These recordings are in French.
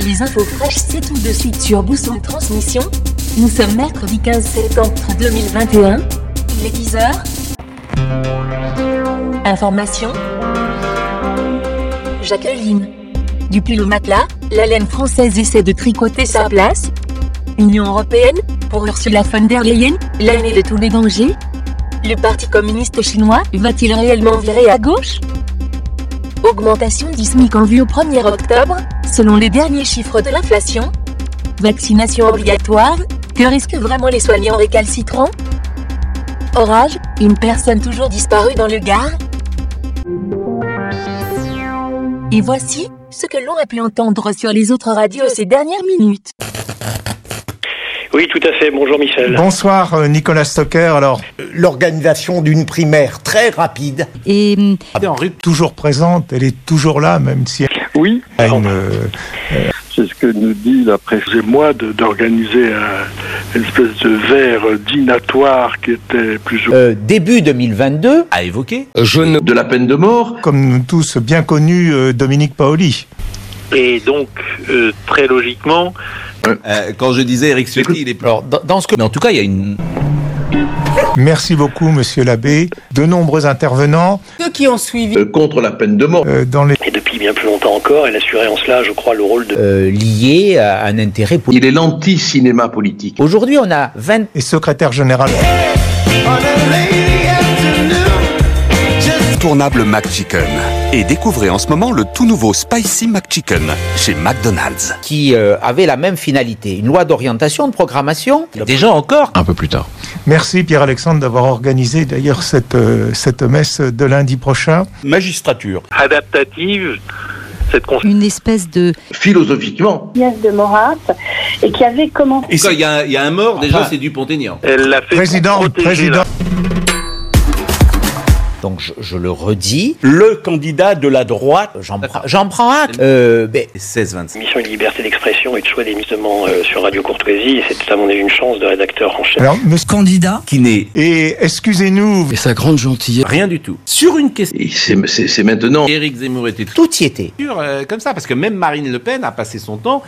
Des infos fraîches, c'est tout de suite sur Boussole Transmission. Nous sommes mercredi 15 septembre 2021. Il est 10h. Information. Jacqueline. Depuis le matelas, la laine française essaie de tricoter sa place. Union européenne, pour Ursula von der Leyen, l'année de tous les dangers. Le Parti communiste chinois va-t-il réellement virer à gauche Augmentation du SMIC en vue au 1er octobre, selon les derniers chiffres de l'inflation. Vaccination obligatoire, que risquent vraiment les soignants récalcitrants Orage, une personne toujours disparue dans le Gard. Et voici ce que l'on a pu entendre sur les autres radios ces dernières minutes. Oui, tout à fait. Bonjour Michel. Bonsoir euh, Nicolas Stocker. Alors, l'organisation d'une primaire très rapide. hum, Et Henri, toujours présente, elle est toujours là, même si elle Oui, a une. euh, c'est ce que nous dit la presse. Excusez-moi de- d'organiser un, une espèce de verre dînatoire qui était plus ou Euh, début 2022, a évoqué de la peine de mort. comme nous tous bien connu, euh, Dominique Paoli. Et donc, euh, très logiquement, Euh, quand je disais Eric Ciotti, il est alors dans, ce que mais en tout cas il y a une Merci beaucoup, monsieur l'abbé. De nombreux intervenants Ceux qui ont suivi euh, contre la peine de mort. euh, dans les. Et depuis bien plus longtemps encore, elle assurait en cela, je crois, le rôle de euh, lié à un intérêt politique. Il est l'anti-cinéma politique. Aujourd'hui, on a 20 Et secrétaire général. Tournable McChicken. Et découvrez en ce moment le tout nouveau Spicy McChicken chez McDonald's. qui euh, avaient la même finalité, une loi d'orientation, de programmation. déjà encore Un peu plus tard. Merci Pierre-Alexandre d'avoir organisé d'ailleurs cette, euh, cette messe de lundi prochain. magistrature. adaptative, cette conception. une espèce de Philosophiquement, de Maurras et qui avait commencé Et quand il y, a un- il y a un mort, déjà c'est du Ponténian. Elle l'a fait Président, protéger président. la- Donc, je, je le redis, Le candidat de la droite. j'en prends- j'en prends acte. Euh, ben, 16-25. mission de liberté d'expression et de choix d'émissionnement euh, sur Radio Courtoisie. Et c'était à mon avis une chance de rédacteur en chef. Alors, monsieur- candidat. Qui n'est Et excusez-nous, Et sa grande gentillesse. rien du tout. Sur une question. et c'est c'est- c'est maintenant. Éric Zemmour était tout tout y était. sûr euh, comme ça, parce que même Marine Le Pen a passé son temps.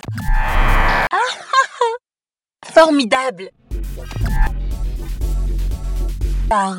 Formidable. Par